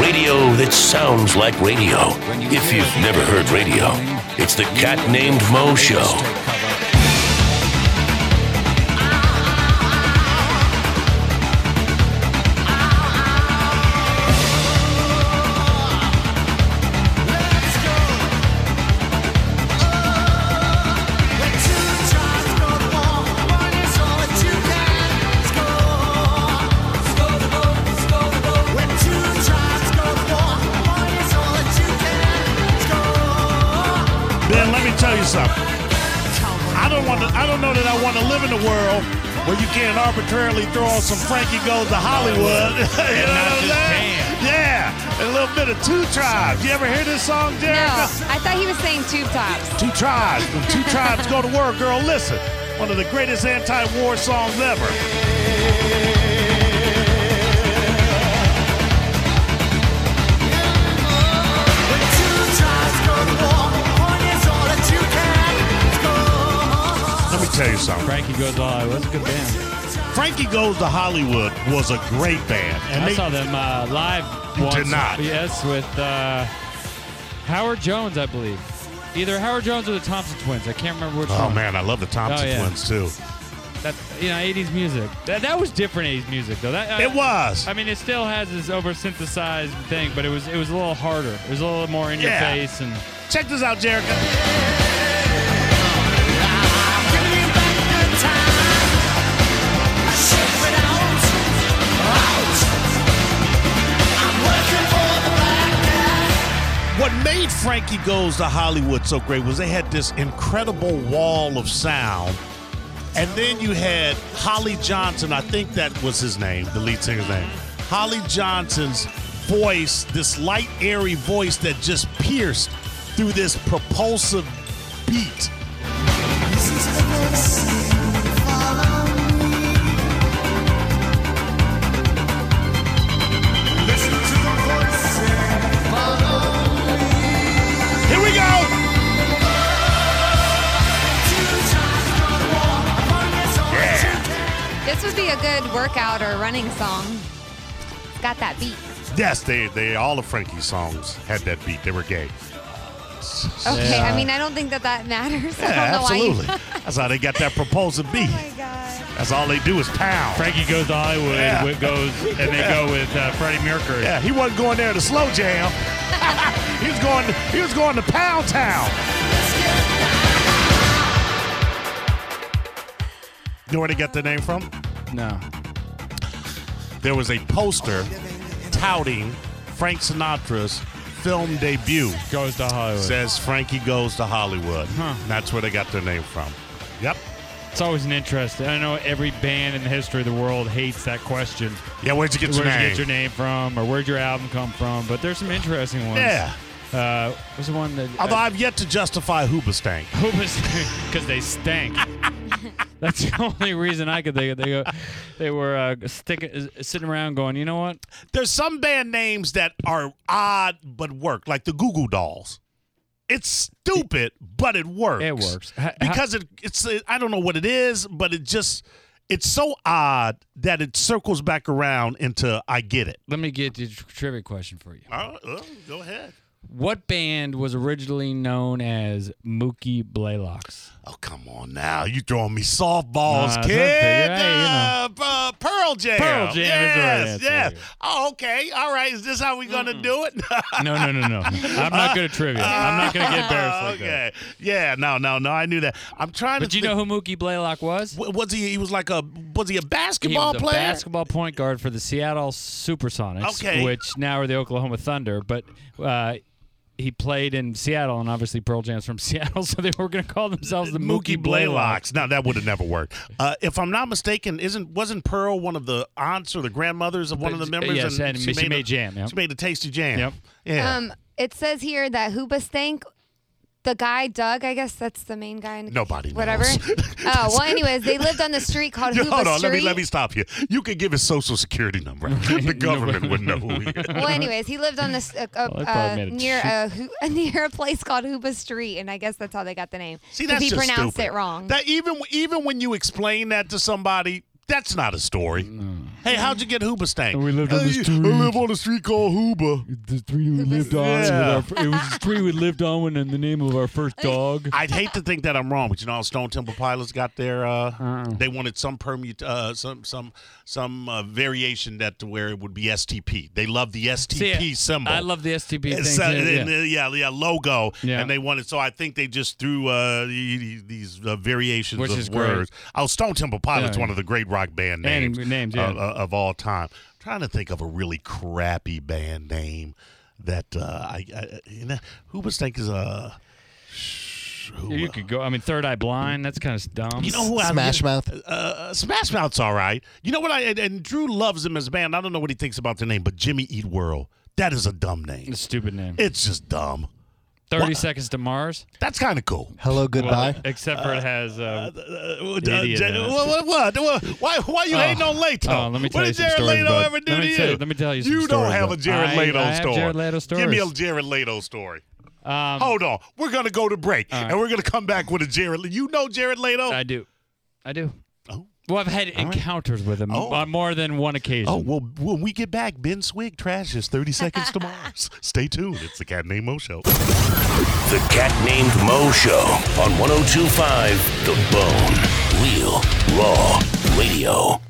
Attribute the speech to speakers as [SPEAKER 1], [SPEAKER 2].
[SPEAKER 1] Radio that sounds like radio. If you've never heard radio, it's the cat named Mo show.
[SPEAKER 2] Ben, let me tell you something. I don't want to. I don't know that I want to live in a world where you can't arbitrarily throw on some Frankie Goes to Hollywood. you know
[SPEAKER 3] not
[SPEAKER 2] what I'm
[SPEAKER 3] just
[SPEAKER 2] saying? Yeah, a little bit of Two Tribes. You ever hear this song,
[SPEAKER 4] No,
[SPEAKER 2] Jerica?
[SPEAKER 4] I thought he was saying tube tops.
[SPEAKER 2] Two Tribes. When Two Tribes go to war, girl, listen. One of the greatest anti-war songs ever. Let me tell you something.
[SPEAKER 3] Frankie goes all. That's a good band.
[SPEAKER 2] Frankie Goes to Hollywood was a great band, and
[SPEAKER 3] I
[SPEAKER 2] they
[SPEAKER 3] saw them uh, live.
[SPEAKER 2] You
[SPEAKER 3] once,
[SPEAKER 2] did not.
[SPEAKER 3] Yes, with uh, Howard Jones, I believe. Either Howard Jones or the Thompson Twins. I can't remember which
[SPEAKER 2] Oh
[SPEAKER 3] one.
[SPEAKER 2] man, I love the Thompson
[SPEAKER 3] Oh, yeah.
[SPEAKER 2] twins too.
[SPEAKER 3] That you know, 80s music. That, that was different 80s music though. That
[SPEAKER 2] It was.
[SPEAKER 3] I mean, it still has this over synthesized thing, but it was it was a little harder. It was a little more in
[SPEAKER 2] Yeah.
[SPEAKER 3] your face and
[SPEAKER 2] Check this out, Jerica. What made Frankie Goes to Hollywood so great was they had this incredible wall of sound. And then you had Holly Johnson, I think that was his name, the lead singer's name. Holly Johnson's voice, this light, airy voice that just pierced through this propulsive beat. Here we go!
[SPEAKER 4] This would be a good workout or running song. It's got that beat.
[SPEAKER 2] Yes, they, they all of Frankie's songs had that beat. They were gay.
[SPEAKER 4] Okay,
[SPEAKER 3] Yeah.
[SPEAKER 4] I mean, I don't think that that matters.
[SPEAKER 2] Yeah,
[SPEAKER 4] I don't know
[SPEAKER 2] absolutely.
[SPEAKER 4] why. You,
[SPEAKER 2] That's how they got that propulsive beat.
[SPEAKER 4] oh my god.
[SPEAKER 2] That's all they do is pound.
[SPEAKER 3] Frankie goes to Hollywood
[SPEAKER 2] Yeah.
[SPEAKER 3] with- goes and they go with uh, Freddie Mercury.
[SPEAKER 2] Yeah, he wasn't going there to slow jam. he was going. He was going to Pound Town. You know where they got the name from?
[SPEAKER 3] No.
[SPEAKER 2] There was a poster touting Frank Sinatra's film debut.
[SPEAKER 3] Goes to Hollywood.
[SPEAKER 2] Says Frankie goes to Hollywood.
[SPEAKER 3] Huh.
[SPEAKER 2] And That's where they got their name from. Yep.
[SPEAKER 3] It's always an interest. I know every band in the history of the world hates that question.
[SPEAKER 2] Yeah, where'd you get your
[SPEAKER 3] Where'd
[SPEAKER 2] name?
[SPEAKER 3] you get your name from, or where'd your album come from? But there's some interesting ones.
[SPEAKER 2] Yeah.
[SPEAKER 3] Uh, was the one that
[SPEAKER 2] Although
[SPEAKER 3] uh,
[SPEAKER 2] I've yet to justify Hoobastank.
[SPEAKER 3] who was because they stank. That's the only reason I could think of. They go, they were uh, sticking, sitting around going, you know what?
[SPEAKER 2] There's some band names that are odd but work, like the Goo Goo Dolls. It's stupid, but it works.
[SPEAKER 3] It works. Ha- ha-
[SPEAKER 2] because it, it's I don't know what it is, but it just it's so odd that it circles back around into I get it.
[SPEAKER 3] Let me get the tr- trivia question for you.
[SPEAKER 2] Oh, go ahead.
[SPEAKER 3] What band was originally known as Mookie Blaylock's?
[SPEAKER 2] Oh come on now, you throwing me softballs,
[SPEAKER 3] Nah, it's
[SPEAKER 2] kid?
[SPEAKER 3] okay. Hey, you know.
[SPEAKER 2] Uh, uh, Pearl Jam.
[SPEAKER 3] Pearl Jam is the right
[SPEAKER 2] Yes,
[SPEAKER 3] answer.
[SPEAKER 2] yes. Oh, okay. All right. Is this how we gonna do it?
[SPEAKER 3] No, no, no, no. I'm not good at trivia. I'm not going to get embarrassed like
[SPEAKER 2] okay.
[SPEAKER 3] that.
[SPEAKER 2] Yeah. No. No. No. I knew that. I'm trying
[SPEAKER 3] But
[SPEAKER 2] to.
[SPEAKER 3] you
[SPEAKER 2] think-
[SPEAKER 3] know who Mookie Blaylock was?
[SPEAKER 2] Wa- was he? He was like a. Was he a
[SPEAKER 3] He
[SPEAKER 2] basketball
[SPEAKER 3] was a
[SPEAKER 2] player?
[SPEAKER 3] basketball point guard for the Seattle Supersonics,
[SPEAKER 2] Okay.
[SPEAKER 3] which now are the Oklahoma Thunder. But uh, he played in Seattle, and obviously Pearl Jam's from Seattle, so they were going to call themselves the Mookie, Blaylocks.
[SPEAKER 2] Now that would have never worked. Uh, if I'm not mistaken, isn't wasn't Pearl one of the aunts or the grandmothers of one of the members?
[SPEAKER 3] Yes, and she made jam, yep.
[SPEAKER 2] She made a tasty jam.
[SPEAKER 3] Yep.
[SPEAKER 2] Yeah.
[SPEAKER 4] Um, it says here that Hoobastank, the guy Doug, I guess that's the main guy. In the
[SPEAKER 2] Nobody knows.
[SPEAKER 4] Whatever. oh well, anyways, they lived on the street called
[SPEAKER 2] Yo,
[SPEAKER 4] Hooba
[SPEAKER 2] hold on,
[SPEAKER 4] Street.
[SPEAKER 2] let me let me stop you. You could give his social security number. the government would know who he is.
[SPEAKER 4] Well, anyways, he lived on this uh, uh,
[SPEAKER 3] Well, they probably
[SPEAKER 4] uh,
[SPEAKER 3] made a
[SPEAKER 4] near a Hoo- near a place called Hooba Street, and I guess that's how they got the name.
[SPEAKER 2] See,
[SPEAKER 4] 'Cause
[SPEAKER 2] that's
[SPEAKER 4] he
[SPEAKER 2] just
[SPEAKER 4] pronounced
[SPEAKER 2] stupid.
[SPEAKER 4] it wrong.
[SPEAKER 2] That even even when you explain that to somebody, that's not a story. Hey, how'd you get Hoobastank?
[SPEAKER 3] We lived on
[SPEAKER 2] Hey,
[SPEAKER 3] this
[SPEAKER 2] I
[SPEAKER 3] street.
[SPEAKER 2] live on a street called Hooba.
[SPEAKER 3] The tree we lived on. with
[SPEAKER 2] Yeah.
[SPEAKER 3] our fir- it was the tree we lived on when, and the name of our first dog.
[SPEAKER 2] I'd hate to think that I'm wrong, but you know, how Stone Temple Pilots got their. Uh,
[SPEAKER 3] Uh-uh.
[SPEAKER 2] They wanted some permute, uh, some some some uh, variation that to where it would be STP. They love the STP symbol.
[SPEAKER 3] I love the STP
[SPEAKER 2] And
[SPEAKER 3] thing.
[SPEAKER 2] so-
[SPEAKER 3] too,
[SPEAKER 2] and, uh,
[SPEAKER 3] yeah.
[SPEAKER 2] yeah. yeah, logo,
[SPEAKER 3] Yeah.
[SPEAKER 2] and they wanted. So I think they just threw uh, the- the- these uh, variations
[SPEAKER 3] Which
[SPEAKER 2] of
[SPEAKER 3] is great.
[SPEAKER 2] words. Oh, Stone Temple Pilots,
[SPEAKER 3] Yeah.
[SPEAKER 2] one of the great rock band
[SPEAKER 3] And
[SPEAKER 2] names,
[SPEAKER 3] names, yeah.
[SPEAKER 2] of, of all time. I'm trying to think of a really crappy band name that uh, I, I you know, who was uh, think is a.
[SPEAKER 3] You could go. I mean, Third Eye Blind. That's kind of dumb.
[SPEAKER 2] You know who I-
[SPEAKER 5] Smash Mouth.
[SPEAKER 2] Uh, Smash Mouth's all right. You know what I and, and Drew loves him as a band. I don't know what he thinks about the name, but Jimmy Eat World. That is a dumb name.
[SPEAKER 3] It's a stupid name.
[SPEAKER 2] It's just dumb.
[SPEAKER 3] Thirty Seconds to Mars.
[SPEAKER 2] That's kind of cool.
[SPEAKER 5] Hello, goodbye.
[SPEAKER 3] Well, except for it has. Uh,
[SPEAKER 2] Uh,
[SPEAKER 3] An
[SPEAKER 2] uh,
[SPEAKER 3] idiot,
[SPEAKER 2] Jen-
[SPEAKER 3] man.
[SPEAKER 2] what, what, what, why, why you
[SPEAKER 3] Oh.
[SPEAKER 2] hating on Leto?
[SPEAKER 3] Oh, let me tell
[SPEAKER 2] what
[SPEAKER 3] you
[SPEAKER 2] did
[SPEAKER 3] some
[SPEAKER 2] Jared
[SPEAKER 3] stories,
[SPEAKER 2] Leto
[SPEAKER 3] bud.
[SPEAKER 2] ever do
[SPEAKER 3] Let me
[SPEAKER 2] to
[SPEAKER 3] tell
[SPEAKER 2] you?
[SPEAKER 3] you- let me tell you some
[SPEAKER 2] You don't
[SPEAKER 3] stories,
[SPEAKER 2] have a
[SPEAKER 3] bud.
[SPEAKER 2] Jared
[SPEAKER 3] I-
[SPEAKER 2] Leto
[SPEAKER 3] I have
[SPEAKER 2] story.
[SPEAKER 3] Jared Leto
[SPEAKER 2] Give me a
[SPEAKER 3] stories.
[SPEAKER 2] Jared Leto story.
[SPEAKER 3] um,
[SPEAKER 2] Hold on, we're gonna go to break, and we're gonna come back with a Jared. Le- You know Jared Leto?
[SPEAKER 3] I do. I do.
[SPEAKER 2] Oh.
[SPEAKER 3] Well, I've had encounters with him
[SPEAKER 2] Oh.
[SPEAKER 3] on more than one occasion.
[SPEAKER 2] Oh, well, when we get back, Ben Swig trashes 30 Seconds to Mars. Stay tuned. It's the Cat Named Mo Show.
[SPEAKER 1] The Cat Named Mo Show oh on 1025 The Bone. Real Raw Radio.